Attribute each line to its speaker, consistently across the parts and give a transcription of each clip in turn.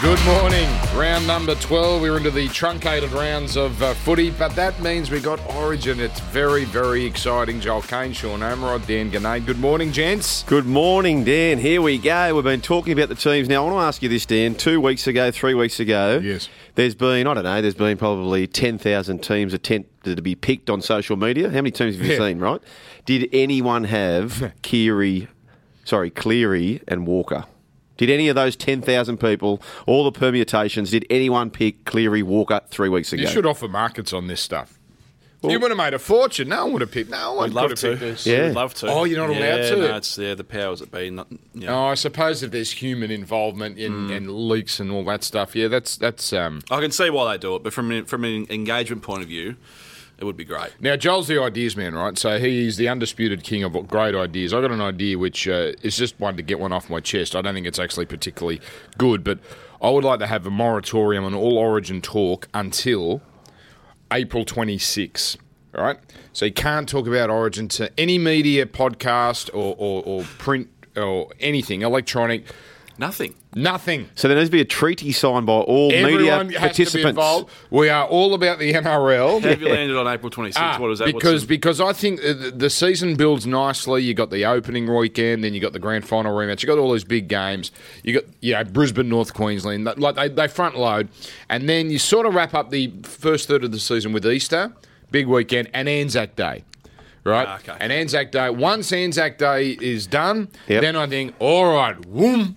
Speaker 1: Good morning. Round number 12. We're into the truncated rounds of uh, footy, but that means we got Origin. It's very, very exciting. Joel Kane, Sean Amrod, Dan Ganay. Good morning, gents.
Speaker 2: Good morning, Dan. Here we go. We've been talking about the teams. Now, I want to ask you this, Dan. Two weeks ago, three weeks ago,
Speaker 1: Yes.
Speaker 2: there's been, I don't know, there's been probably 10,000 teams attempted to be picked on social media. How many teams have you
Speaker 1: Yeah.
Speaker 2: seen, right? Did anyone have Cleary, sorry, Cleary and Walker? Did any of those 10,000 people, all the permutations, did anyone pick Cleary Walker three weeks ago?
Speaker 1: You should offer markets on this stuff. you would have made a fortune. No one would have picked. No one
Speaker 3: I'd
Speaker 1: could
Speaker 3: love
Speaker 1: have
Speaker 3: to.
Speaker 1: picked this.
Speaker 2: Yeah.
Speaker 3: Would love to.
Speaker 1: Oh, you're not allowed
Speaker 3: yeah,
Speaker 1: to?
Speaker 3: No, it's yeah, the powers that be. Not, you know.
Speaker 1: Oh, I suppose if there's human involvement in,
Speaker 3: Mm.
Speaker 1: and leaks and all that stuff, yeah, that's that's um,
Speaker 3: I can see why they do it, but from an- from an engagement point of view, it would be great.
Speaker 1: Now, Joel's the ideas man, right? So he's the undisputed king of great ideas. I got an idea which uh, is just one to get one off my chest. I don't think it's actually particularly good, but I would like to have a moratorium on all Origin talk until April 26. All right. So you can't talk about Origin to any media, podcast, or, or, or print or anything, electronic,
Speaker 3: Nothing.
Speaker 1: nothing.
Speaker 2: So there needs to be a treaty signed by all
Speaker 1: Everyone
Speaker 2: media
Speaker 1: has to be
Speaker 2: participants.
Speaker 1: involved. We are all about the NRL.
Speaker 3: Have you landed on April 26th?
Speaker 1: Ah,
Speaker 3: what is that? What's
Speaker 1: Because
Speaker 3: the-
Speaker 1: because I think uh, the the season builds nicely. You got the opening weekend, then you got the grand final rematch. You got all those big games. You got you know, Brisbane, North Queensland. That- Like they, they front load, and then you sort of wrap up the first third of the season with Easter, big weekend, and Anzac Day. Right,
Speaker 3: Ah, okay.
Speaker 1: and Anzac Day. Once Anzac Day is done,
Speaker 2: Yep.
Speaker 1: then I think, all right, whoom,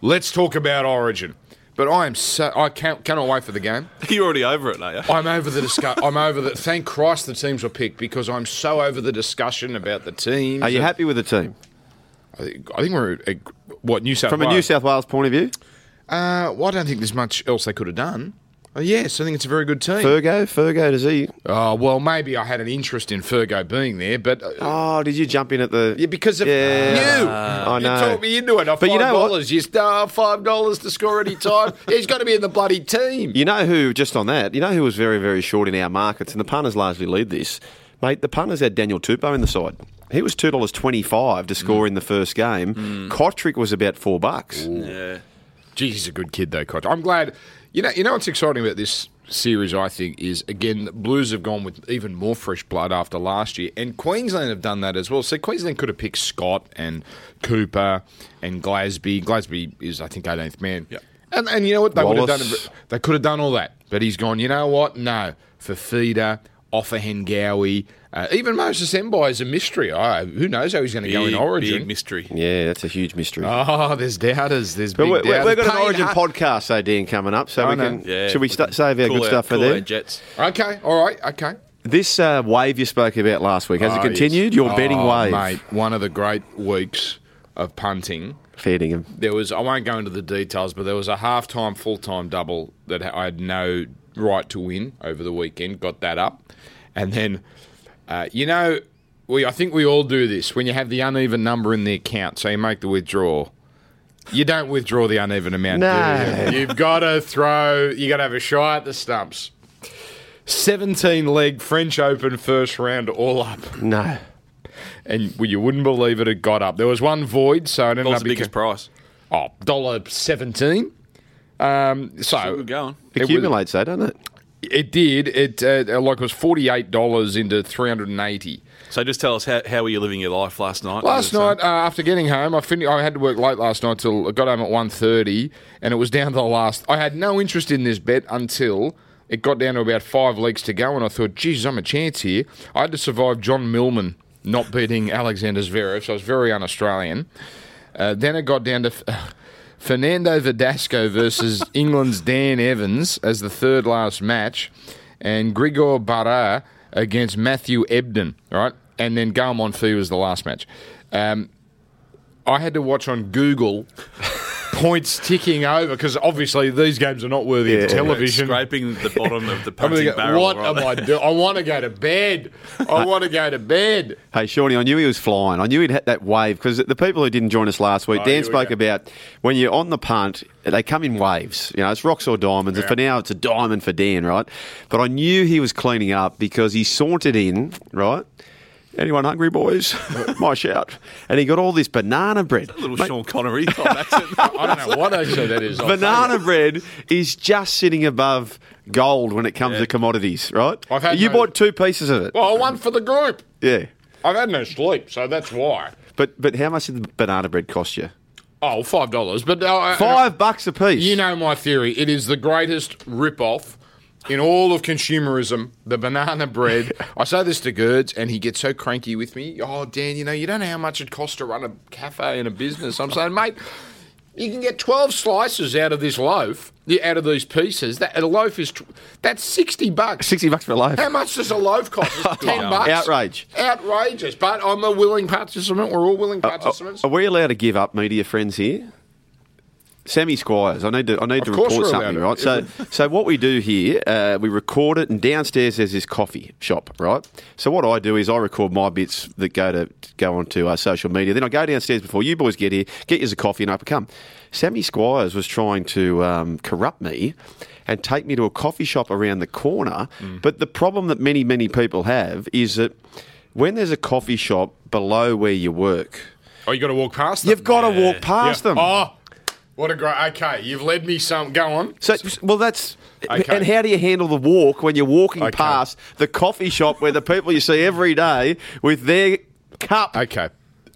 Speaker 1: let's talk about Origin. But I am so I can't, cannot wait for the game.
Speaker 3: you're already over it, are you?
Speaker 1: I'm over the discuss. I'm over the. Thank Christ the teams were picked because I'm so over the discussion about the teams.
Speaker 2: Are you happy with the team?
Speaker 1: I think, I think we're at, what New South
Speaker 2: From a
Speaker 1: Wales.
Speaker 2: New South Wales point of view,
Speaker 1: Uh, well, I don't think there's much else they could have done. Uh, yes, I think it's a very good team.
Speaker 2: Fergo, Fergo, does he?
Speaker 1: oh well, maybe I had an interest in Fergo being there, but uh,
Speaker 2: Oh, did you jump in at the?
Speaker 1: yeah, because of
Speaker 2: Yeah.
Speaker 1: you,
Speaker 2: I
Speaker 1: you
Speaker 2: know.
Speaker 1: talked me into it. I
Speaker 2: But
Speaker 1: five
Speaker 2: you know what?
Speaker 1: dollars. You star five dollars to score any time. He's got to be in the bloody team.
Speaker 2: You know who? Just on that, you know who was very, very short in our markets, and the punters largely lead this, mate. The punters had Daniel Tupou in the side. He was two dollars twenty-five to score in the first game. Kotrick was about four bucks.
Speaker 3: yeah.
Speaker 1: Geez, he's a good kid though, Koch. I'm glad. You know, you know what's exciting about this series, I think, is again the Blues have gone with even more fresh blood after last year, and Queensland have done that as well. So Queensland could have picked Scott and Cooper and Glasby. Glasby is, I think, 18th man.
Speaker 3: Yep.
Speaker 1: And and you know what they would have
Speaker 2: Wallace.
Speaker 1: done? They could have done all that, but he's gone. You know what? No, for feeder. Offa Hengawi, uh, even Moses Embi is a mystery. Oh, who knows how he's going to go in
Speaker 3: Big,
Speaker 1: Origin?
Speaker 3: big mystery.
Speaker 2: Yeah, that's a huge mystery.
Speaker 1: oh, there's doubters. There's
Speaker 2: but
Speaker 1: big
Speaker 2: we, we,
Speaker 1: doubters.
Speaker 2: have got an
Speaker 1: Payne
Speaker 2: Origin
Speaker 1: Hart-
Speaker 2: podcast, so Dan coming up, so
Speaker 1: I
Speaker 2: we
Speaker 1: know.
Speaker 2: can.
Speaker 3: Yeah.
Speaker 2: should we sta-
Speaker 3: can
Speaker 2: save our
Speaker 3: cool
Speaker 2: good
Speaker 3: out-
Speaker 2: stuff for
Speaker 3: cool
Speaker 2: then?
Speaker 3: out Jets.
Speaker 1: Okay, all right, okay.
Speaker 2: This uh, wave you spoke about last week has it continued? Your betting
Speaker 1: Oh,
Speaker 2: wave,
Speaker 1: mate. One of the great weeks of punting.
Speaker 2: feeding him.
Speaker 1: There was I won't go into the details, but there was a half-time, full-time double that I had no right to win over the weekend. Got that up, and then uh, you know we I think we all do this when you have the uneven number in the account, so you make the withdrawal. You don't withdraw the uneven amount. do
Speaker 2: No.
Speaker 1: you? You've got to throw. You got to have a shot at the stumps. Seventeen leg French Open first round, all up.
Speaker 2: No.
Speaker 1: and well, you wouldn't believe it, it got up. There was one void, so it ended
Speaker 3: What was
Speaker 1: up
Speaker 3: the biggest price?
Speaker 1: oh dollar seventeen. Um,
Speaker 3: We're
Speaker 1: so
Speaker 3: going.
Speaker 1: It was-
Speaker 2: accumulates though, doesn't it?
Speaker 1: it did. It uh, like it was forty eight dollars into three hundred and eighty.
Speaker 3: So just tell us how, how were you living your life last night?
Speaker 1: Last
Speaker 3: Is it, uh,
Speaker 1: night, uh, after getting home, I fin- I had to work late last night till I got home at 1.30 and it was down to the last. I had no interest in this bet until it got down to about five legs to go, and I thought, geez, I'm a chance here. I had to survive John Millman not beating Alexander Zverev, so I was very un-Australian. Uh, then it got down to. F- Fernando Verdasco versus England's Dan Evans as the third last match, and Grigor Barra against Matthew Ebden. All right, and then Gael Monfils was the last match. Um, I had to watch on Google points ticking over because obviously these games are not worthy of television.
Speaker 3: Scraping the bottom of the
Speaker 1: I'm
Speaker 3: punting
Speaker 1: gonna go,
Speaker 3: barrel.
Speaker 1: what
Speaker 3: right
Speaker 1: am
Speaker 3: there.
Speaker 1: I doing? I want to go to bed. I want to go to bed.
Speaker 2: Hey, Shawnee, I knew he was flying. I knew he'd had that wave because the people who didn't join us last week,
Speaker 1: Oh, here
Speaker 2: Dan
Speaker 1: we
Speaker 2: spoke
Speaker 1: go.
Speaker 2: about when you're on the punt, they come in waves. You know, it's rocks or diamonds. And for now, it's a diamond for Dan, right? But I knew he was cleaning up because he sauntered in, right? Anyone hungry, boys? My shout. And he got all this banana bread.
Speaker 3: Little
Speaker 2: Mate,
Speaker 3: Sean Connery. Oh, that's it.
Speaker 1: I don't know what actually that is. I'll tell
Speaker 2: Banana bread is just sitting above gold when it comes to commodities, right?
Speaker 1: I've had
Speaker 2: you
Speaker 1: no-
Speaker 2: bought two pieces of it.
Speaker 1: you. Well, one Oh, for the group.
Speaker 2: Yeah.
Speaker 1: I've had no sleep, so that's why.
Speaker 2: But but how much did the banana bread cost you?
Speaker 1: Oh, five dollars. But uh,
Speaker 2: Five bucks a piece.
Speaker 1: You know my theory. It is the greatest rip-off in all of consumerism. The banana bread. I say this to Gerds, and he gets so cranky with me. Oh, Dan, you know you don't know how much it costs to run a cafe and a business. I'm saying, mate. You can get twelve slices out of this loaf, yeah, out of these pieces. That a loaf is tw- that's sixty bucks.
Speaker 2: sixty bucks for a loaf.
Speaker 1: How much does a loaf cost? It's Ten bucks.
Speaker 2: Outrage.
Speaker 1: Outrageous. But I'm a willing participant. We're all willing
Speaker 2: Are,
Speaker 1: participants.
Speaker 2: are we allowed to give up media friends here? Sammy Squires, I need to I need to
Speaker 1: Of course
Speaker 2: report
Speaker 1: we're allowed
Speaker 2: something,
Speaker 1: to.
Speaker 2: right? So so what we do here, uh, we record it, and downstairs there's this coffee shop, right? So what I do is I record my bits that go to go onto uh, social media. Then I go downstairs before you boys get here, get yours a coffee, and up I come. Sammy Squires was trying to um, corrupt me and take me to a coffee shop around the corner.
Speaker 1: Mm.
Speaker 2: But the problem that many many people have is that when there's a coffee shop below where you work.
Speaker 1: Oh, you got to walk past them.
Speaker 2: You've got to walk past
Speaker 1: Yeah.
Speaker 2: them.
Speaker 1: Oh, what a great. Okay, you've led me some. Go on.
Speaker 2: So, well, that's.
Speaker 1: Okay.
Speaker 2: And how do you handle the walk when you're walking
Speaker 1: Okay.
Speaker 2: past the coffee shop where the people you see every day with their cup?
Speaker 1: Okay.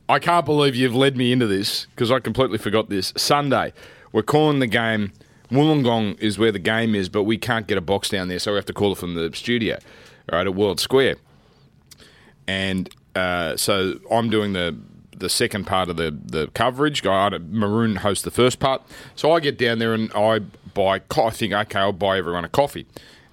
Speaker 1: I can't believe you've led me into this because I completely forgot this. Sunday, we're calling the game. Wollongong is where the game is, but we can't get a box down there, so we have to call it from the studio, all right, at World Square. And uh, so I'm doing the the second part of the, the coverage. I, I- Maroon hosts the first part. So I get down there and I buy, co- I think, okay, I'll buy everyone a coffee.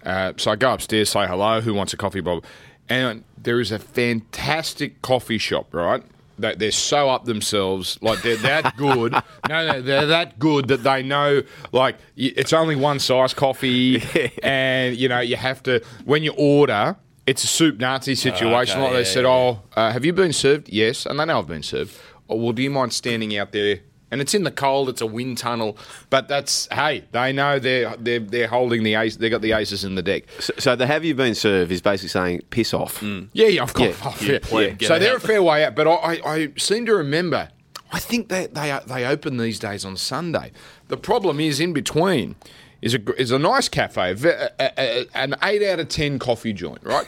Speaker 1: Uh, so I go upstairs, say hello, who wants a coffee, Bob? And there is a fantastic coffee shop, right? They- They're so up themselves, like they're that good. No, no, they're that good that they know, like y- it's only one size coffee, and you know you have to when you order, it's a soup Nazi situation.
Speaker 3: Oh, okay,
Speaker 1: like they
Speaker 3: yeah,
Speaker 1: said, oh, uh, have you been served? Yes, and they know I've been served. Oh, well, do you mind standing out there? And it's in the cold. It's a wind tunnel, but that's hey, they know they're they're they're holding the ace. They got the aces in the deck.
Speaker 2: So, so the have you been served is basically saying piss off.
Speaker 1: Yeah, yeah, of course.
Speaker 2: Yeah.
Speaker 1: Oh, yeah.
Speaker 3: play it, get
Speaker 1: So
Speaker 3: it
Speaker 1: they're
Speaker 3: out.
Speaker 1: a fair way out, but I, I, I seem to remember. I think that they are- they open these days on Sunday. The problem is in between. Is a, gr- is a nice cafe, a ve- a- a- a- an eight out of ten coffee joint, right?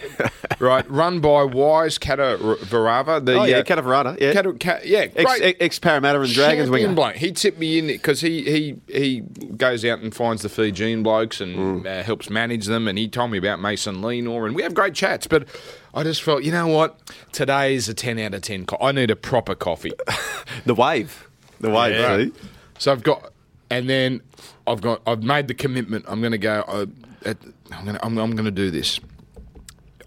Speaker 1: right, run by Wise Cata Varava. The,
Speaker 2: Oh, yeah,
Speaker 1: uh,
Speaker 2: Catavarana, yeah.
Speaker 1: Cata- Ca- yeah,
Speaker 2: Ex,
Speaker 1: great.
Speaker 2: ex Parramatta and Dragons
Speaker 1: Champion
Speaker 2: winger.
Speaker 1: bloke. He tipped me in because he, he he goes out and finds the Fijian blokes
Speaker 2: Mm.
Speaker 1: and uh, helps manage them. And he told me about Mason Lenor, and we have great chats. But I just felt, you know what? Today's a ten out of ten. Co- I need a proper coffee.
Speaker 2: The wave. The wave,
Speaker 1: Yeah.
Speaker 2: see?
Speaker 1: So I've got, and then I've got, I've made the commitment. I'm going to go. Uh, at, I'm going to, I'm, I'm going to do this.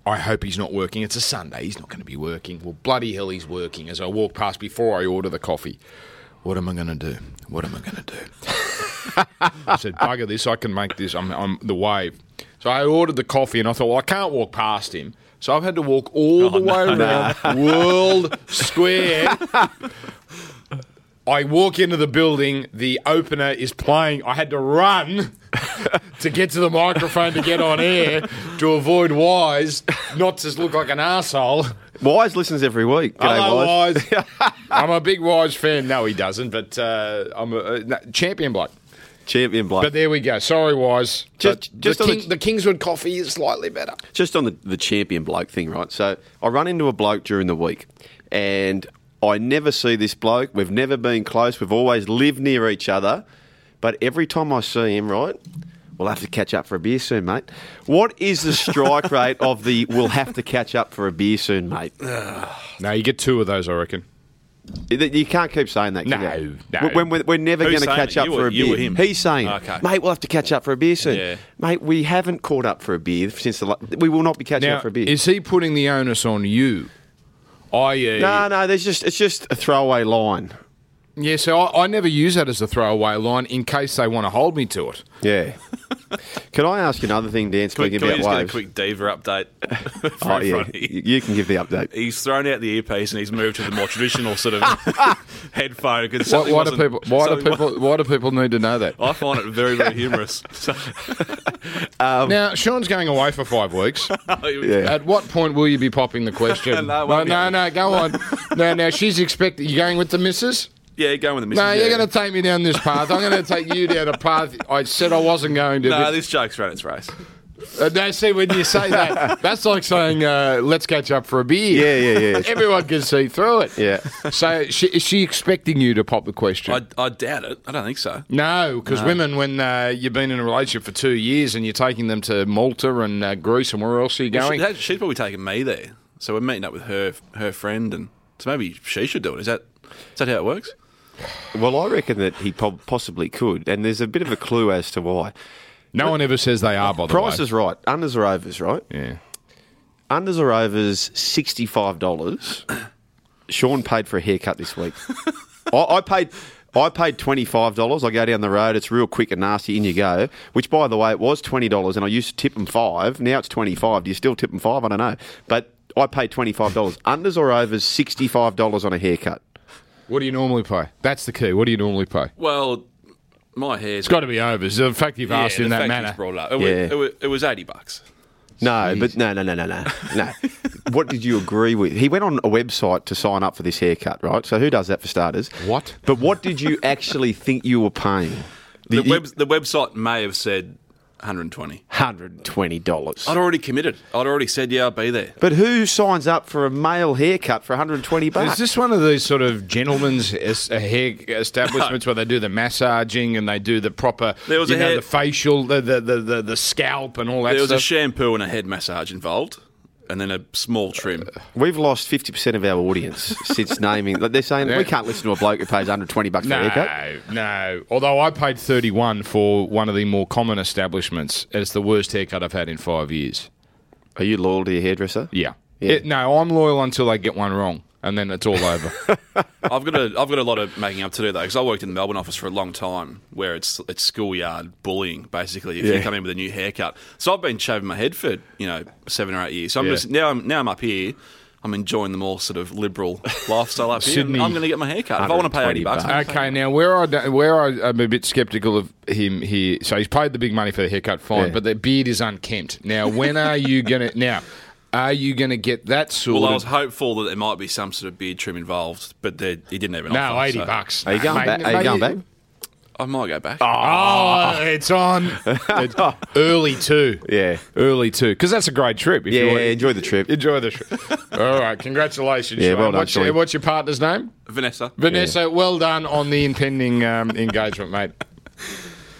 Speaker 1: I hope he's not working. It's a Sunday. He's not going to be working. Well, bloody hell, he's working. As I walk past before I order the coffee, what am I going to do? What am I going to do? I said, bugger this. I can make this. I'm, I'm the wave. So I ordered the coffee, and I thought, well, I can't walk past him. So I've had to walk all the way around World Square I walk into the building, the opener is playing. I had to run to get to the microphone to get on air to avoid Wise not to look like an asshole.
Speaker 2: Wise listens every week. G'day,
Speaker 1: Hello,
Speaker 2: Wise.
Speaker 1: Wise. I'm a big Wise fan. No, he doesn't, but uh, I'm a uh, no, champion bloke.
Speaker 2: Champion bloke.
Speaker 1: But there we go. Sorry, Wise.
Speaker 2: Just-
Speaker 1: But
Speaker 2: just
Speaker 1: the,
Speaker 2: on
Speaker 1: King,
Speaker 2: the-
Speaker 1: the Kingswood coffee is slightly better.
Speaker 2: just on the, the champion bloke thing, right? So I run into a bloke during the week and I never see this bloke. We've never been close. We've always lived near each other. But every time I see him, right? We'll have to catch up for a beer soon, mate. What is the strike rate of the we'll have to catch up for a beer soon, mate?
Speaker 1: No, you get two of those, I reckon.
Speaker 2: You can't keep saying that. can
Speaker 1: No,
Speaker 2: you?
Speaker 1: no.
Speaker 2: When we're, we're never going
Speaker 3: Who's
Speaker 2: to
Speaker 3: saying
Speaker 2: catch
Speaker 3: it?
Speaker 2: up
Speaker 3: You
Speaker 2: for
Speaker 3: or-
Speaker 2: a
Speaker 3: you
Speaker 2: beer.
Speaker 3: or him?
Speaker 2: He's saying,
Speaker 3: Okay.
Speaker 2: mate, we'll have to catch up for a beer soon.
Speaker 3: Yeah.
Speaker 2: Mate, we haven't caught up for a beer since the. la- We will not be catching
Speaker 1: Now,
Speaker 2: up for a beer.
Speaker 1: is he putting the onus on you? I.e.,
Speaker 2: No, no, there's just it's just a throwaway line.
Speaker 1: Yeah, so I, I never use that as a throwaway line in case they want to hold me to it.
Speaker 2: Yeah. Can I ask you another thing, Dan?
Speaker 3: Can we,
Speaker 2: Speaking
Speaker 3: can we
Speaker 2: about
Speaker 3: just get a
Speaker 2: waves.
Speaker 3: quick diva update? from
Speaker 2: oh yeah,
Speaker 3: Fronty?
Speaker 2: you you can give the update.
Speaker 3: He's thrown out the earpiece and he's moved to the more traditional sort of headphone. Because
Speaker 1: Why, why do people? Why do people? Why do people need to know that?
Speaker 3: I find it very, very humorous. So, Um,
Speaker 1: now, Sean's going away for five weeks.
Speaker 3: oh,
Speaker 2: Yeah.
Speaker 1: At what point will you be popping the question?
Speaker 3: No,
Speaker 1: no,
Speaker 3: it won't
Speaker 1: no,
Speaker 3: be.
Speaker 1: no, go on. no, no, she's expecting. You going with the missus?
Speaker 3: yeah, going with the missus.
Speaker 1: No,
Speaker 3: yeah.
Speaker 1: you're going to take me down this path. I'm going to take you down a path I said I wasn't going to.
Speaker 3: No,
Speaker 1: No,
Speaker 3: this joke's ran its race.
Speaker 1: no see, when you say that, that's like saying, uh, let's catch up for a beer.
Speaker 2: Yeah, yeah, yeah.
Speaker 1: Everyone can see through it.
Speaker 2: Yeah.
Speaker 1: So she, is she expecting you to pop the question?
Speaker 3: I, I doubt it. I don't think so.
Speaker 1: No, because women, when uh, you've been in a relationship for two years and you're taking them to Malta and uh, Greece and where else are you
Speaker 3: Well,
Speaker 1: going?
Speaker 3: she- that- she's probably taking me there, so we're meeting up with her her friend, and so maybe she should do it. Is that is that how it works?
Speaker 2: Well, I reckon that he po- possibly could, and there's a bit of a clue as to why.
Speaker 1: no one ever says they are, by the
Speaker 2: Price
Speaker 1: way.
Speaker 2: is right. Unders or overs, right?
Speaker 1: Yeah.
Speaker 2: Unders or overs, sixty-five dollars. Sean paid for a haircut this week. I, I paid. I paid twenty five dollars. I go down the road. It's real quick and nasty. In you go. Which, by the way, it was twenty dollars, and I used to tip them five. Now it's twenty five. Do you still tip them five? I don't know. But I paid twenty five dollars. Unders or overs, sixty five dollars on a haircut.
Speaker 1: What do you normally pay? That's the key. What do you normally pay?
Speaker 3: Well, my hair's
Speaker 1: It's got to be overs. The fact you've asked in that manner.
Speaker 3: Brought up. It,
Speaker 2: Yeah.
Speaker 3: was, it, was, it was eighty bucks.
Speaker 2: No, but no, no, no, no, no, no. what did you agree with? He went on a website to sign up for this haircut, right? So who does that for starters?
Speaker 1: What?
Speaker 2: But what did you actually think you were paying?
Speaker 3: The,
Speaker 2: you-
Speaker 3: web, the website may have said one hundred and twenty. I'd
Speaker 2: $120.
Speaker 3: already committed. I'd already said, yeah, I'll be there.
Speaker 2: But who signs up for a male haircut for 120
Speaker 1: Is
Speaker 2: bucks?
Speaker 1: this one of these sort of gentlemen's es- uh, hair establishments where they do the massaging and they do the proper,
Speaker 3: There was
Speaker 1: you
Speaker 3: a
Speaker 1: know,
Speaker 3: hair-
Speaker 1: the facial, the, the, the, the, the scalp and all that
Speaker 3: There was a
Speaker 1: stuff?
Speaker 3: shampoo and a head massage involved, and then a small trim.
Speaker 2: We've lost 50% of our audience since naming. Like they're saying we can't listen to a bloke who pays 120 bucks for a haircut.
Speaker 1: no, no. Although I paid 31 for one of the more common establishments. It's the worst haircut I've had in five years.
Speaker 2: Are you loyal to your hairdresser?
Speaker 1: Yeah.
Speaker 2: Yeah.
Speaker 1: It- no, I'm loyal until they get one wrong and then it's all over.
Speaker 3: I've got a I've got a lot of making up to do though because I worked in the Melbourne office for a long time where it's it's schoolyard bullying basically if
Speaker 2: Yeah.
Speaker 3: you come in with a new haircut. So I've been shaving my head for you know seven or eight years. So I'm
Speaker 1: Yeah.
Speaker 3: just now I'm now I'm up here. I'm enjoying the more sort of liberal lifestyle up here.
Speaker 1: Sydney-
Speaker 3: I'm going to get my haircut. If I want to pay
Speaker 2: 120
Speaker 3: eighty bucks,
Speaker 2: bucks.
Speaker 3: I'm gonna
Speaker 1: Okay, now where I don't- where I, I'm a bit sceptical of him here. So he's paid the big money for the haircut, fine,
Speaker 2: Yeah.
Speaker 1: but the beard is unkempt. Now, when are you gonna? Now, are you gonna get that sort?
Speaker 3: Well,
Speaker 1: of,
Speaker 3: I was hopeful that there might be some sort of beard trim involved, but there, he didn't even.
Speaker 1: no,
Speaker 3: offer,
Speaker 1: eighty
Speaker 3: so
Speaker 1: bucks.
Speaker 2: oh, Are you
Speaker 1: Nah,
Speaker 2: going
Speaker 1: mate,
Speaker 2: back? Are you
Speaker 1: mate,
Speaker 2: going back?
Speaker 3: I might go back.
Speaker 1: Oh, it's on It's early too.
Speaker 2: Yeah.
Speaker 1: early too, because that's a great trip. If
Speaker 2: Yeah,
Speaker 1: you want-
Speaker 2: enjoy the trip.
Speaker 1: enjoy the trip. All right, congratulations.
Speaker 2: Yeah,
Speaker 1: Sean.
Speaker 2: well done,
Speaker 1: what's, your,
Speaker 2: Sean.
Speaker 1: what's your partner's name?
Speaker 3: Vanessa.
Speaker 1: Vanessa. Well done on the impending um, engagement, mate.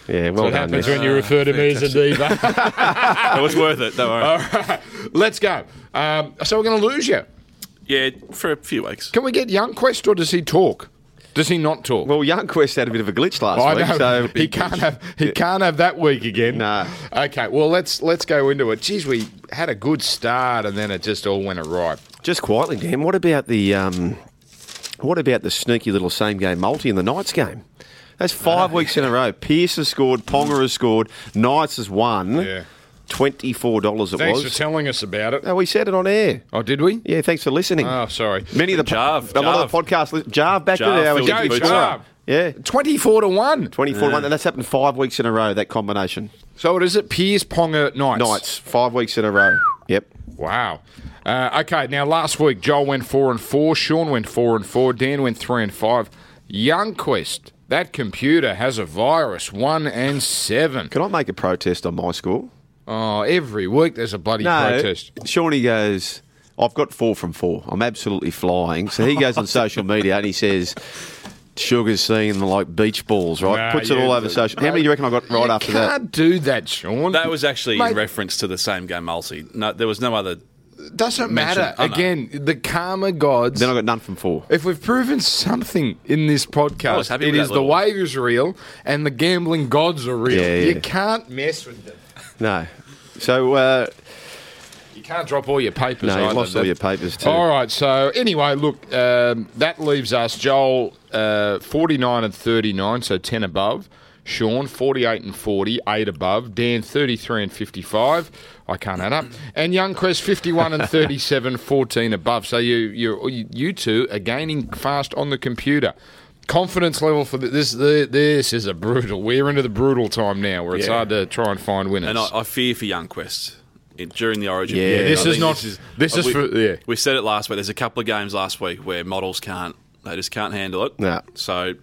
Speaker 2: Yeah, well
Speaker 1: What
Speaker 2: done.
Speaker 1: happens
Speaker 2: Nick.
Speaker 1: when you refer to me as a diva?
Speaker 3: it was worth it. Don't worry.
Speaker 1: Let's go. Um, so we're going to lose you.
Speaker 3: Yeah, for a few weeks.
Speaker 1: Can we get Youngquest or does he talk? Does he not talk?
Speaker 2: Well, Young Quest had a bit of a glitch last
Speaker 1: I
Speaker 2: week,
Speaker 1: know
Speaker 2: so
Speaker 1: he can't have he can't have that week again.
Speaker 2: Nah.
Speaker 1: Okay. Well, let's let's go into it. Geez, we had a good start and then it just all went awry.
Speaker 2: Just quietly, Dan. What about the um, what about the sneaky little same game multi in the Knights game? That's five weeks in a row. Pierce has scored, Ponga has scored, Knights has won.
Speaker 1: Yeah.
Speaker 2: Twenty four dollars it
Speaker 1: Thanks
Speaker 2: was.
Speaker 1: for telling us about it.
Speaker 2: no, we said it on air.
Speaker 1: Oh, did we?
Speaker 2: Yeah, thanks for listening.
Speaker 1: Oh, sorry.
Speaker 2: Many of the po-
Speaker 3: Jarve,
Speaker 2: a lot of the
Speaker 3: Jarve.
Speaker 2: podcasts. Li- Jarve back
Speaker 3: Jarve,
Speaker 2: to our
Speaker 3: Phil
Speaker 1: Go,
Speaker 3: Good
Speaker 1: Jarve.
Speaker 2: Yeah,
Speaker 1: Twenty-four to one.
Speaker 2: twenty four one, and that's happened five weeks in a row. That combination,
Speaker 1: So it is at Piers Ponga Knights.
Speaker 2: Knights, five weeks in a row. Yep.
Speaker 1: Wow. Uh, okay, now last week Joel went four and four, Sean went four and four, Dan went three and five. Youngquist, that computer has a virus. One and seven.
Speaker 2: Can I make a protest on my score?
Speaker 1: Oh, every week there's a bloody protest.
Speaker 2: Shawnee goes, I've got four from four. I'm absolutely flying. So he goes on social media and he says, Sugar's seeing them like beach balls, right?
Speaker 1: Nah,
Speaker 2: Puts it all
Speaker 1: you-
Speaker 2: over social. How many do you reckon I got right
Speaker 1: you
Speaker 2: after
Speaker 1: can't do that, Sean.
Speaker 3: That was actually
Speaker 1: Mate.
Speaker 3: in reference to the same game multi. No, there was no other.
Speaker 1: doesn't
Speaker 3: mention-
Speaker 1: matter.
Speaker 3: I know.
Speaker 1: Again, the karma gods.
Speaker 2: that? Then I got none from four.
Speaker 1: if we've proven something in this
Speaker 3: I
Speaker 1: podcast,
Speaker 3: was Oh, happy
Speaker 1: it
Speaker 3: with
Speaker 1: is
Speaker 3: that
Speaker 1: the
Speaker 3: little one.
Speaker 1: wave is real and the gambling gods are real.
Speaker 2: Yeah, yeah.
Speaker 1: You can't mess with them.
Speaker 2: No. So, uh,
Speaker 1: You can't drop all your papers.
Speaker 2: no,
Speaker 1: either.
Speaker 2: you lost all
Speaker 1: That-
Speaker 2: your papers too.
Speaker 1: All right. So anyway, look, um, that leaves us Joel uh, forty nine and thirty nine, so ten above. Sean, 48 and 40, 8 above. Dan, 33 and 55. I can't add up. And Young Crest, 51 and 37, 14 above. So you, you, you two are gaining fast on the computer. Confidence level for th- this the, this is a brutal. We're into the brutal time now, where it's
Speaker 3: Yeah.
Speaker 1: hard to try and find winners.
Speaker 3: And I, I fear for Young Quest in, during the Origin.
Speaker 2: Yeah,
Speaker 3: period.
Speaker 2: this
Speaker 3: I
Speaker 1: is
Speaker 3: think Uh,
Speaker 1: not- this is
Speaker 3: we,
Speaker 1: for- yeah.
Speaker 3: We said it last week. There's a couple of games last week where models can't. They just can't handle it.
Speaker 2: No.
Speaker 3: So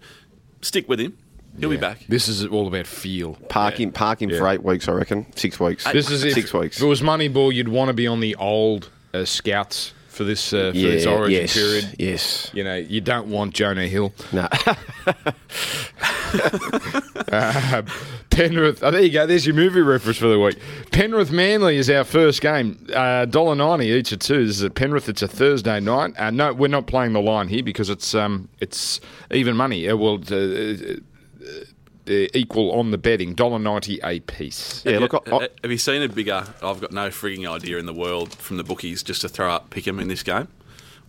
Speaker 3: stick with him. He'll be back.
Speaker 1: This is all about feel.
Speaker 2: Parking, parking for eight weeks, I reckon. Six weeks.
Speaker 1: This is if,
Speaker 2: six weeks.
Speaker 1: If it was Moneyball, you'd want to be on the old uh, scouts for this uh, for this Origin
Speaker 2: yes,
Speaker 1: period.
Speaker 2: Yes.
Speaker 1: You know, you don't want Jonah Hill.
Speaker 2: No.
Speaker 1: Uh, Penrith. Oh, there you go. There's your movie reference for the week. Penrith Manly is our first game. Uh, Dollar ninety each of two. This is at Penrith. It's a Thursday night. Uh, no, we're not playing the line here because it's um it's even money. Uh, well, uh, uh, uh, equal on the betting. Dollar ninety a piece.
Speaker 2: yeah, look, I,
Speaker 3: Uh, Have you seen a bigger? I've got no frigging idea in the world from the bookies just to throw up pick 'em in this game.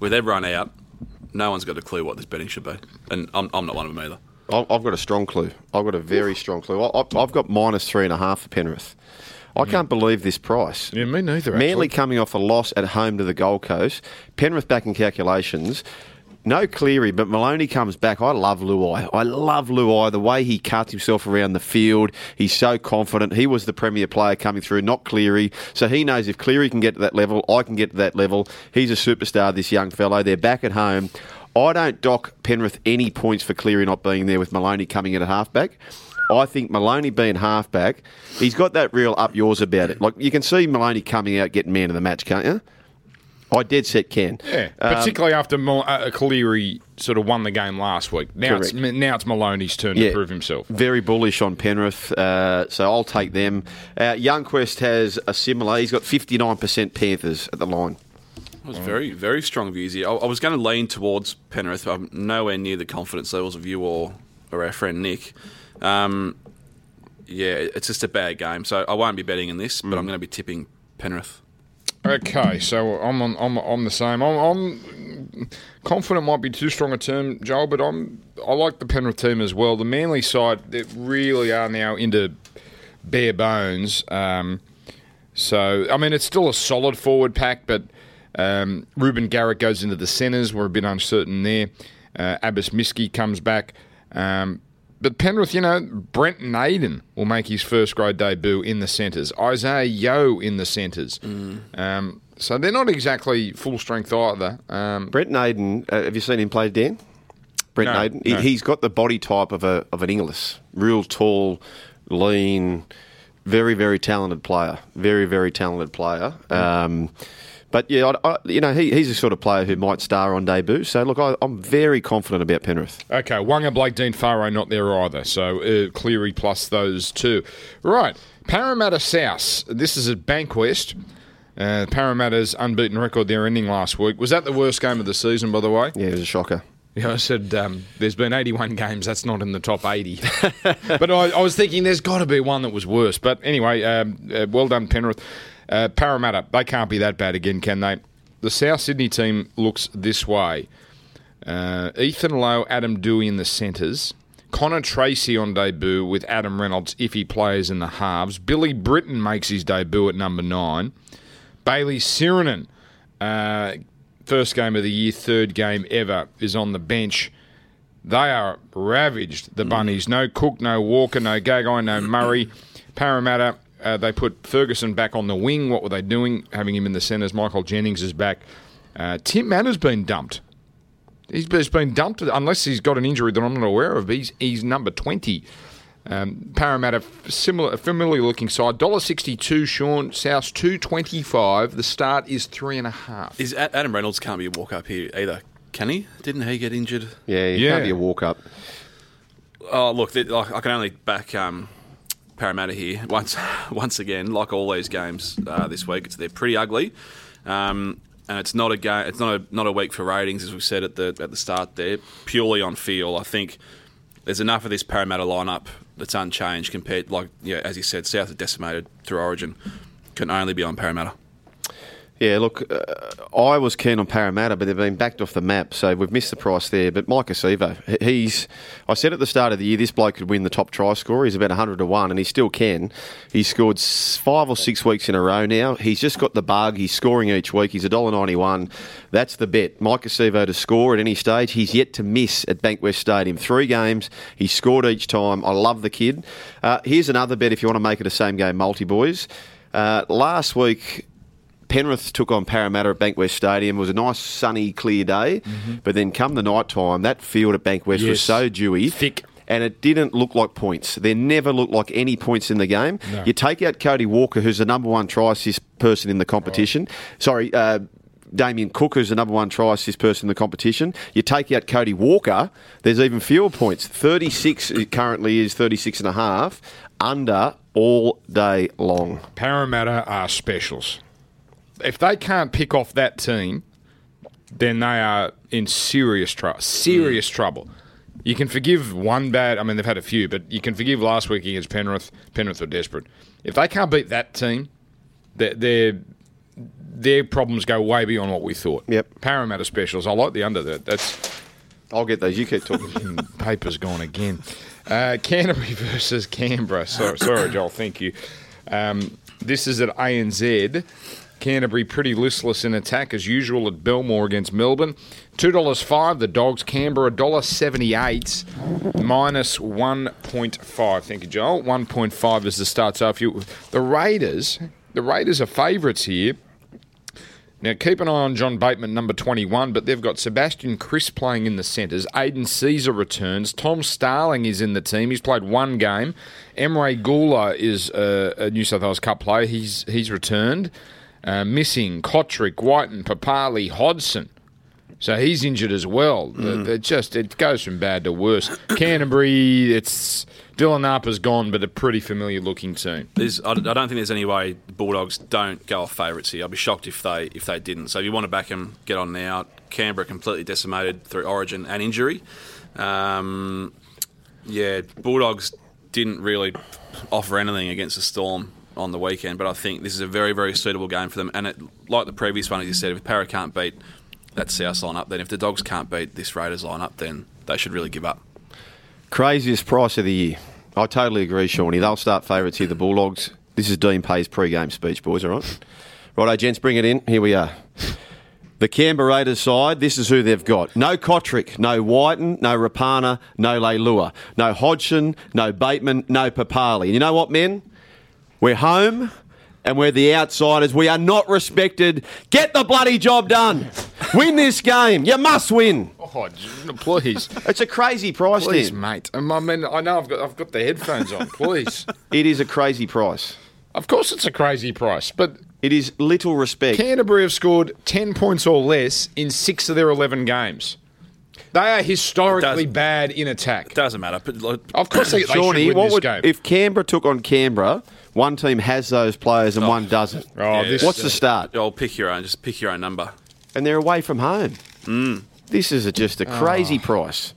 Speaker 3: With everyone out, no one's got a clue what this betting should be, and I'm, I'm not one of them either.
Speaker 2: I've I've got a strong clue. I've got a very strong clue. I- I've I've got minus three and a half for Penrith. I can't believe this price.
Speaker 1: Mm-hmm. Yeah, me neither.
Speaker 2: Manly
Speaker 1: actually.
Speaker 2: coming off a loss at home to the Gold Coast. Penrith back in calculations. No Cleary, but Maloney comes back. I love Luai. I love Luai. The way he cuts himself around the field, he's so confident. He was the premier player coming through, not Cleary. So he knows if Cleary can get to that level, I can get to that level. He's a superstar, this young fellow. They're back at home. I don't dock Penrith any points for Cleary not being there with Maloney coming in at halfback. I think Maloney being halfback, he's got that real up yours about it. Like you can see Maloney coming out getting man of the match, can't you? I dead set can.
Speaker 1: Yeah,
Speaker 2: Um,
Speaker 1: particularly after Mal- uh, Cleary sort of won the game last week. Now it's
Speaker 2: Correct.
Speaker 1: now it's Maloney's turn
Speaker 2: Yeah.
Speaker 1: to prove himself.
Speaker 2: Very bullish on Penrith, uh, so I'll take them. Uh, Youngquest has a similar. He's got fifty nine percent Panthers at the line.
Speaker 3: It was very, very strong views here. I, I was going to lean towards Penrith. I'm nowhere near the confidence levels of you or, or our friend Nick. Um, yeah, it's just a bad game, so I won't be betting in this,
Speaker 2: Mm.
Speaker 3: but I'm going to be tipping Penrith.
Speaker 1: Okay, so I'm on I'm, I'm the same. I'm, I'm confident might be too strong a term, Joel, but I'm I like the Penrith team as well. The Manly side they really are now into bare bones. Um, so I mean, it's still a solid forward pack, but um, Ruben Garrett goes into the centres. We're a bit uncertain there. Uh, Abbas Miski comes back. Um, but Penrith, you know, Brenton Aiden will make his first grade debut in the centres. Isaiah Yo in the centres. Um, so they're not exactly full strength either. Um,
Speaker 2: Brent Naden, uh, have you seen him play, Dan? Brent
Speaker 1: No,
Speaker 2: Naden, he,
Speaker 1: no.
Speaker 2: he's got the body type of a of an Inglis, real tall, lean, very very talented player, very very talented player.
Speaker 1: Mm.
Speaker 2: Um, but yeah, I, I, you know he, he's the sort of player who might star on debut. So look, I, I'm very confident about Penrith.
Speaker 1: okay, Wanga Blake Dean Faro not there either. So uh, Cleary plus those two. Right, Parramatta South. This is at Bankwest. Uh, Parramatta's unbeaten record, their ending last week. Was that the worst game of the season, by the way?
Speaker 2: Yeah, it was a shocker.
Speaker 1: Yeah, I said um, there's been 81 games. That's not in the top 80. but I, I was thinking there's got to be one that was worse. But anyway, um, uh, well done, Penrith. Uh, Parramatta, they can't be that bad again, can they? The South Sydney team looks this way uh, Ethan Lowe, Adam Dewey in the centres. Connor Tracy on debut with Adam Reynolds if he plays in the halves. Billy Britton makes his debut at number nine. Bailey Sirenen, uh, first game of the year, third game ever, is on the bench. They are ravaged, the Bunnies. No Cook, no Walker, no Gagai, no Murray. Parramatta, uh, they put Ferguson back on the wing. What were they doing? Having him in the centres. Michael Jennings is back. Uh, Tim Matter's been dumped. He's, he's been dumped, unless he's got an injury that I'm not aware of. But he's, he's number 20. Um, Parramatta, f- similar, familiar looking side. $1.62, Sean. South 225. The start is three and a half.
Speaker 3: Is A- Adam Reynolds can't be a walk up here either, can he? Didn't he get injured?
Speaker 2: Yeah, it
Speaker 1: Yeah.
Speaker 2: can't be a walk up.
Speaker 3: Oh, look, th- like, I can only back um, Parramatta here once, once again. Like all these games uh, this week, it's, they're pretty ugly, um, and it's not a game. It's not a not a week for ratings, as we said at the at the start. There, purely on feel. I think there's enough of this Parramatta lineup that's unchanged compared, like yeah, as you said, South are decimated through Origin. Can only be on Parramatta.
Speaker 2: Yeah, look, uh, I was keen on Parramatta, but they've been backed off the map, so we've missed the price there. But Mike Acevo, he- he's. I said at the start of the year, this bloke could win the top try scorer. He's about 100 to 1, and he still can. He's scored s- five or six weeks in a row now. He's just got the bug. He's scoring each week. He's $1.91. That's the bet. Mike Acevo to score at any stage. He's yet to miss at Bankwest Stadium. Three games. He scored each time. I love the kid. Uh, here's another bet if you want to make it a same game multi, boys. Uh, last week, Penrith took on Parramatta at Bankwest Stadium. It was a nice, sunny, clear day. But then come the night time, that field at Bankwest
Speaker 1: Mm-hmm. Yes.
Speaker 2: was so dewy.
Speaker 1: Thick.
Speaker 2: And it didn't look like points. There never looked like any points in the game.
Speaker 1: No.
Speaker 2: You take out Cody Walker, who's the number one try assist person in the competition. Sorry, uh, Damien Cook, who's the number one try assist person in the competition. You take out Cody Walker, there's even fewer points. 36 it currently is 36 and a half, under all day long.
Speaker 1: Parramatta are specials. If they can't pick off that team, then they are in serious trouble. Serious trouble. You can forgive one bad. I mean, they've had a few, but you can forgive last week against Penrith. Penrith were desperate. If they can't beat that team, their their, their problems go way beyond what we thought.
Speaker 2: Yep.
Speaker 1: Parramatta specials. I like the under that. That's
Speaker 2: I'll get those. You keep talking.
Speaker 1: paper's gone again. Uh, Canterbury versus Canberra. Sorry, sorry Joel. Thank you. Um, this is at ANZ. Canterbury pretty listless in attack as usual at Belmore against Melbourne. Two dollars five. The Dogs Canberra dollar seventy eight minus one point five. Thank you, Joel. One point five is the start. So if you the Raiders, the Raiders are favourites here. Now, keep an eye on John Bateman, number 21, but they've got Sebastian Chris playing in the centres. Aiden Caesar returns. Tom Starling is in the team. He's played one game. Emre Gula is a, a New South Wales Cup player. He's, he's returned. Uh, missing Kotrick, Whiten, Papali, Hodson. So he's injured as well. It- It just it goes from bad to worse. Canterbury, it's Dylan Harper's gone, but a pretty familiar looking team.
Speaker 3: There's, I I don't think there's any way the Bulldogs don't go off favourites here. I'd be shocked if they if they didn't. So if you want to back them, get on now. Canberra completely decimated through Origin and injury. Um, yeah, Bulldogs didn't really offer anything against the Storm on the weekend, but I think this is a very very suitable game for them. And it, like the previous one, as you said, if Para can't beat that South lineup, then if the Dogs can't beat this Raiders lineup, then they should really give up.
Speaker 2: Craziest price of the year. I totally agree, Shawnee. They'll start favourites here, the Bulldogs. This is Dean Pay's pre-game speech, boys, all right? Righto, gents, bring it in. Here we are. The Canberra Raiders side, this is who they've got. No Kotrick, no Whiten, no Rapana, no Leilua, no Hodgson, no Bateman, no Papali. And you know what, men? We're home and we're the outsiders. We are not respected. Get the bloody job done. Win this game. You must win.
Speaker 1: Oh, please.
Speaker 2: It's a crazy price,
Speaker 1: Please,
Speaker 2: then.
Speaker 1: mate. Um, I mean, I know I've got I've got the headphones on. Please,
Speaker 2: It is a crazy price.
Speaker 1: of course, it's a crazy price, but
Speaker 2: It is little respect.
Speaker 1: Canterbury have scored ten points or less in six of their eleven games. They are historically
Speaker 3: Does-
Speaker 1: bad in attack.
Speaker 3: Doesn't matter. But like,
Speaker 1: Of course, they, they should
Speaker 2: Shawnee,
Speaker 1: win
Speaker 2: what
Speaker 1: this
Speaker 2: would
Speaker 1: game.
Speaker 2: if Canberra took on Canberra? One team has those players and one doesn't.
Speaker 1: Oh, this-
Speaker 2: What's the start?
Speaker 3: I'll pick your own. Just pick your own number.
Speaker 2: And they're away from home. This is a, just
Speaker 1: Ah.
Speaker 2: a crazy price.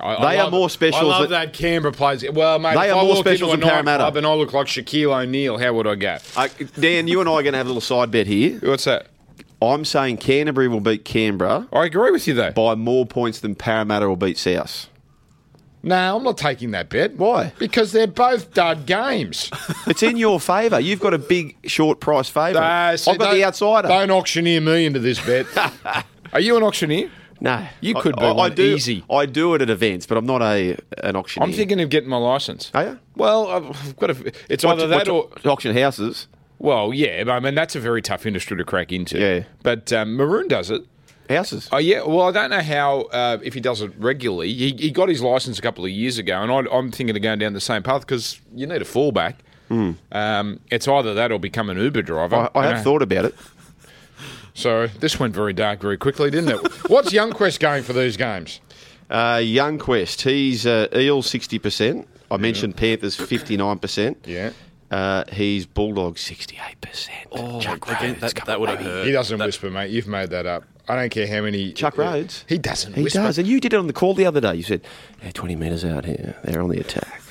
Speaker 1: I- I
Speaker 2: they are more specials
Speaker 1: I love
Speaker 2: than-
Speaker 1: that Canberra plays. Well, mate,
Speaker 2: They
Speaker 1: if
Speaker 2: are
Speaker 1: I
Speaker 2: more
Speaker 1: walked
Speaker 2: specials
Speaker 1: into
Speaker 2: than
Speaker 1: a
Speaker 2: Parramatta.
Speaker 1: nightclub and I look like Shaquille O'Neal, how would I go?
Speaker 2: Uh, Dan, you and I are going to have a little side bet here.
Speaker 1: What's that?
Speaker 2: I'm saying Canterbury will beat Canberra
Speaker 1: I agree with you though.
Speaker 2: by more points than Parramatta will beat South.
Speaker 1: No, I'm not taking that bet.
Speaker 2: Why?
Speaker 1: Because they're both dud games.
Speaker 2: It's in your favour. You've got a big short price favourite.
Speaker 1: Uh, see,
Speaker 2: I've got
Speaker 1: don't-
Speaker 2: the outsider.
Speaker 1: Don't auctioneer me into this bet. Are you an auctioneer?
Speaker 2: No,
Speaker 1: You
Speaker 2: I-
Speaker 1: could be
Speaker 2: I, I
Speaker 1: one
Speaker 2: do,
Speaker 1: easy.
Speaker 2: I do it at events, but I'm not a an auctioneer.
Speaker 1: I'm thinking of getting my license.
Speaker 2: Are ya?
Speaker 1: Well, I've got a. It's
Speaker 2: What-
Speaker 1: either that
Speaker 2: what-
Speaker 1: or.
Speaker 2: auction houses.
Speaker 1: Well, yeah, but I mean that's a very tough industry to crack into.
Speaker 2: Yeah.
Speaker 1: But um, Maroon does it.
Speaker 2: Houses.
Speaker 1: Oh yeah. Well, I don't know how uh, if he does it regularly. He, he got his license a couple of years ago, and I, I'm thinking of going down the same path because you need a fallback. Um, it's either that or become an Uber driver.
Speaker 2: Hmm. I, I
Speaker 1: You
Speaker 2: have
Speaker 1: know,
Speaker 2: thought about it.
Speaker 1: So this went very dark very quickly, didn't it? What's Young Quest going for these games?
Speaker 2: Uh, Young Quest. He's uh, Eel sixty percent. I mentioned Panthers fifty nine percent.
Speaker 1: Yeah.
Speaker 2: Uh, he's Bulldog sixty eight percent.
Speaker 1: Oh,
Speaker 2: Chuck
Speaker 3: again,
Speaker 2: Rhodes,
Speaker 3: Oh, that,
Speaker 2: come
Speaker 3: that
Speaker 2: on,
Speaker 3: would have
Speaker 2: baby.
Speaker 3: hurt.
Speaker 1: He doesn't whisper, mate. You've made that up. I don't care how many.
Speaker 2: Chuck Rhodes?
Speaker 1: He doesn't.
Speaker 2: He
Speaker 1: whisper.
Speaker 2: does, and you did it on the call the other day. You said, "They're twenty metres out here. They're on the attack."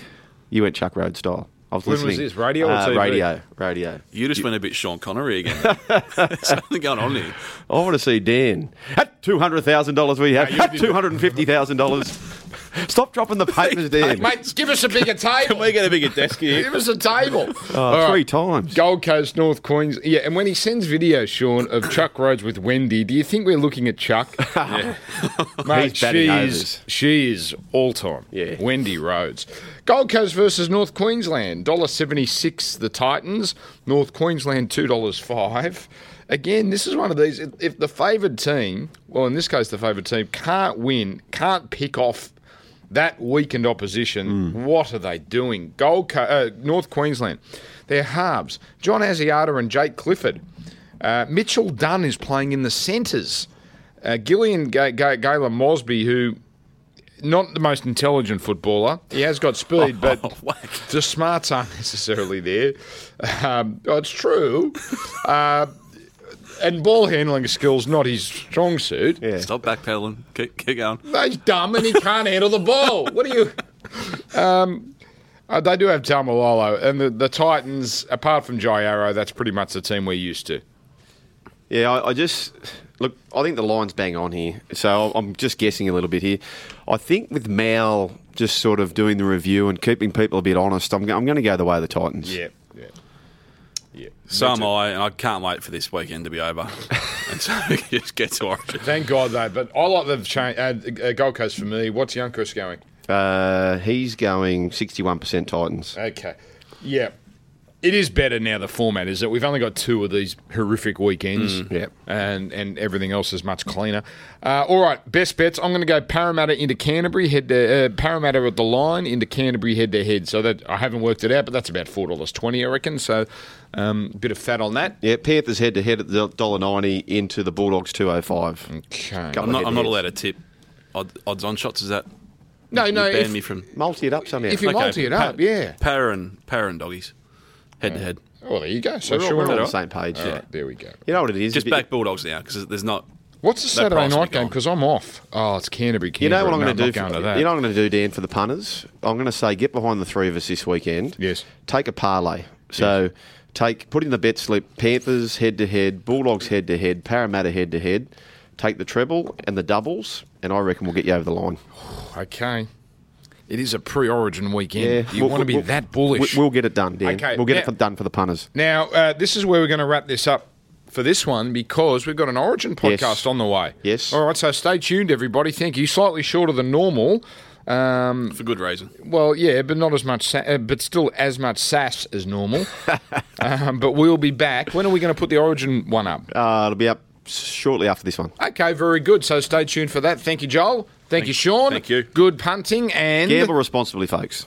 Speaker 2: You went Chuck Rhodes style. I was
Speaker 1: When was
Speaker 2: listening. Uh,
Speaker 1: this, radio or TV?
Speaker 2: Radio, radio.
Speaker 3: You just went a bit Sean Connery again. There's something going on here.
Speaker 2: I want to see Dan. At two hundred thousand dollars, we have
Speaker 1: you
Speaker 2: at
Speaker 1: did-
Speaker 2: two hundred and fifty thousand dollars. Stop dropping the papers, Dan.
Speaker 1: Mate, give us a bigger table.
Speaker 3: We're going to be a desk here.
Speaker 1: give us a table.
Speaker 2: Oh,
Speaker 1: All right.
Speaker 2: three times.
Speaker 1: Gold Coast, North Queens. Yeah, and when he sends video, Sean, of Chuck Rhodes with Wendy, do you think we're looking at Chuck? Mate,
Speaker 2: He's batting
Speaker 1: she's,
Speaker 2: overs.
Speaker 1: she is all time.
Speaker 2: Yeah.
Speaker 1: Wendy Rhodes. Gold Coast versus North Queensland. $1.76 the Titans. North Queensland $2.05. Again, this is one of these. If, if the favoured team, well, in this case, the favoured team, can't win, can't pick off that weakened opposition, what are they doing? Gold Co- uh, North Queensland, their halves, John Asiata and Jake Clifford. Uh, Mitchell Dunn is playing in the centres. Uh, Gillian Ga- Ga- Galen Mosby, who not the most intelligent footballer. He has got speed, but
Speaker 3: whack.
Speaker 1: the smarts aren't necessarily there. Um, oh, it's true. Uh, and ball handling skills not his strong suit.
Speaker 2: Yeah.
Speaker 3: Stop backpedaling. Keep, keep going.
Speaker 1: He's dumb and he can't handle the ball. What are you? Um, uh, they do have Tamalolo, and the, the Titans, apart from Jairo, that's pretty much the team we're used to.
Speaker 2: Yeah, I, I just look. I think the line's bang on here, so I'm just guessing a little bit here. I think with Mal just sort of doing the review and keeping people a bit honest, I'm, go- I'm going to go the way of the Titans.
Speaker 1: yeah. yeah.
Speaker 3: So am I, and I can't wait for this weekend to be over. and so we can just get to Origin.
Speaker 1: Thank God, though. But I like the change, uh, uh, Gold Coast for me. What's Youngquist going?
Speaker 2: Uh, he's going 61% Titans.
Speaker 1: Okay. Yeah. It is better now, the format is that we've only got two of these horrific weekends.
Speaker 2: Mm. yep.
Speaker 1: And, and everything else is much cleaner. Uh, all right, best bets. I'm going to go Parramatta into Canterbury, head to, uh, Parramatta at the line into Canterbury head to head. So that I haven't worked it out, but that's about four dollars twenty, I reckon. So um, bit of fat on that.
Speaker 2: Yeah, Panthers head to head at the dollar ninety into the Bulldogs two oh five.
Speaker 1: Mm. Okay.
Speaker 2: Couple
Speaker 3: I'm not,
Speaker 2: of
Speaker 3: I'm not
Speaker 2: head-to-heads.
Speaker 3: allowed to tip odd, odds on shots. Is that.
Speaker 1: No, no.
Speaker 3: You banned
Speaker 1: If,
Speaker 3: me from.
Speaker 2: Multi it up somehow.
Speaker 1: if you
Speaker 3: Okay.
Speaker 1: multi it up, yeah.
Speaker 3: Para and, para and doggies. Head to head.
Speaker 1: Well, there you go. So
Speaker 2: we're, all-
Speaker 1: sure
Speaker 2: we're
Speaker 1: we're
Speaker 2: all on
Speaker 1: all
Speaker 2: the
Speaker 1: right.
Speaker 2: same page.
Speaker 1: All right, there we go.
Speaker 2: You know what it is.
Speaker 3: Just
Speaker 2: If you-
Speaker 3: back Bulldogs now because there's not.
Speaker 1: What's the Saturday
Speaker 3: price will
Speaker 1: night
Speaker 3: be
Speaker 1: game?
Speaker 3: gone.
Speaker 1: Because I'm off. Oh, it's Canterbury. Canterbury.
Speaker 2: You know what I'm
Speaker 1: No,
Speaker 2: going to do.
Speaker 1: not
Speaker 2: For,
Speaker 1: going to that.
Speaker 2: You know what I'm going to do, Dan, for the punters. I'm going to say get behind the three of us this weekend.
Speaker 1: Yes.
Speaker 2: Take a parlay. So take put in the bet slip Panthers head to head, Bulldogs head to head, Parramatta head to head. Take the treble and the doubles, and I reckon we'll get you over the line.
Speaker 1: Okay. It is a pre-origin weekend.
Speaker 2: Yeah.
Speaker 1: Oh, You
Speaker 2: We'll-
Speaker 1: want to be
Speaker 2: we'll-
Speaker 1: that
Speaker 2: We-
Speaker 1: bullish.
Speaker 2: We'll get it done, Dan.
Speaker 1: Okay,
Speaker 2: We'll get
Speaker 1: now-
Speaker 2: it for, done for the punters.
Speaker 1: now, uh, this is where we're going to wrap this up for this one because we've got an Origin podcast
Speaker 2: Yes.
Speaker 1: on the way.
Speaker 2: Yes.
Speaker 1: All right, so stay tuned, everybody. Thank you. Slightly shorter than normal. Um,
Speaker 3: For good reason.
Speaker 1: well, yeah, but not as much, sa- uh, but still as much sass as normal. um, but we'll be back. When are we going to put the Origin one up?
Speaker 2: Uh, it'll be up shortly after this one.
Speaker 1: Okay, very good. So stay tuned for that. Thank you, Joel. Thank, you, Sean.
Speaker 3: thank you.
Speaker 1: Good punting and
Speaker 2: Gamble responsibly, folks.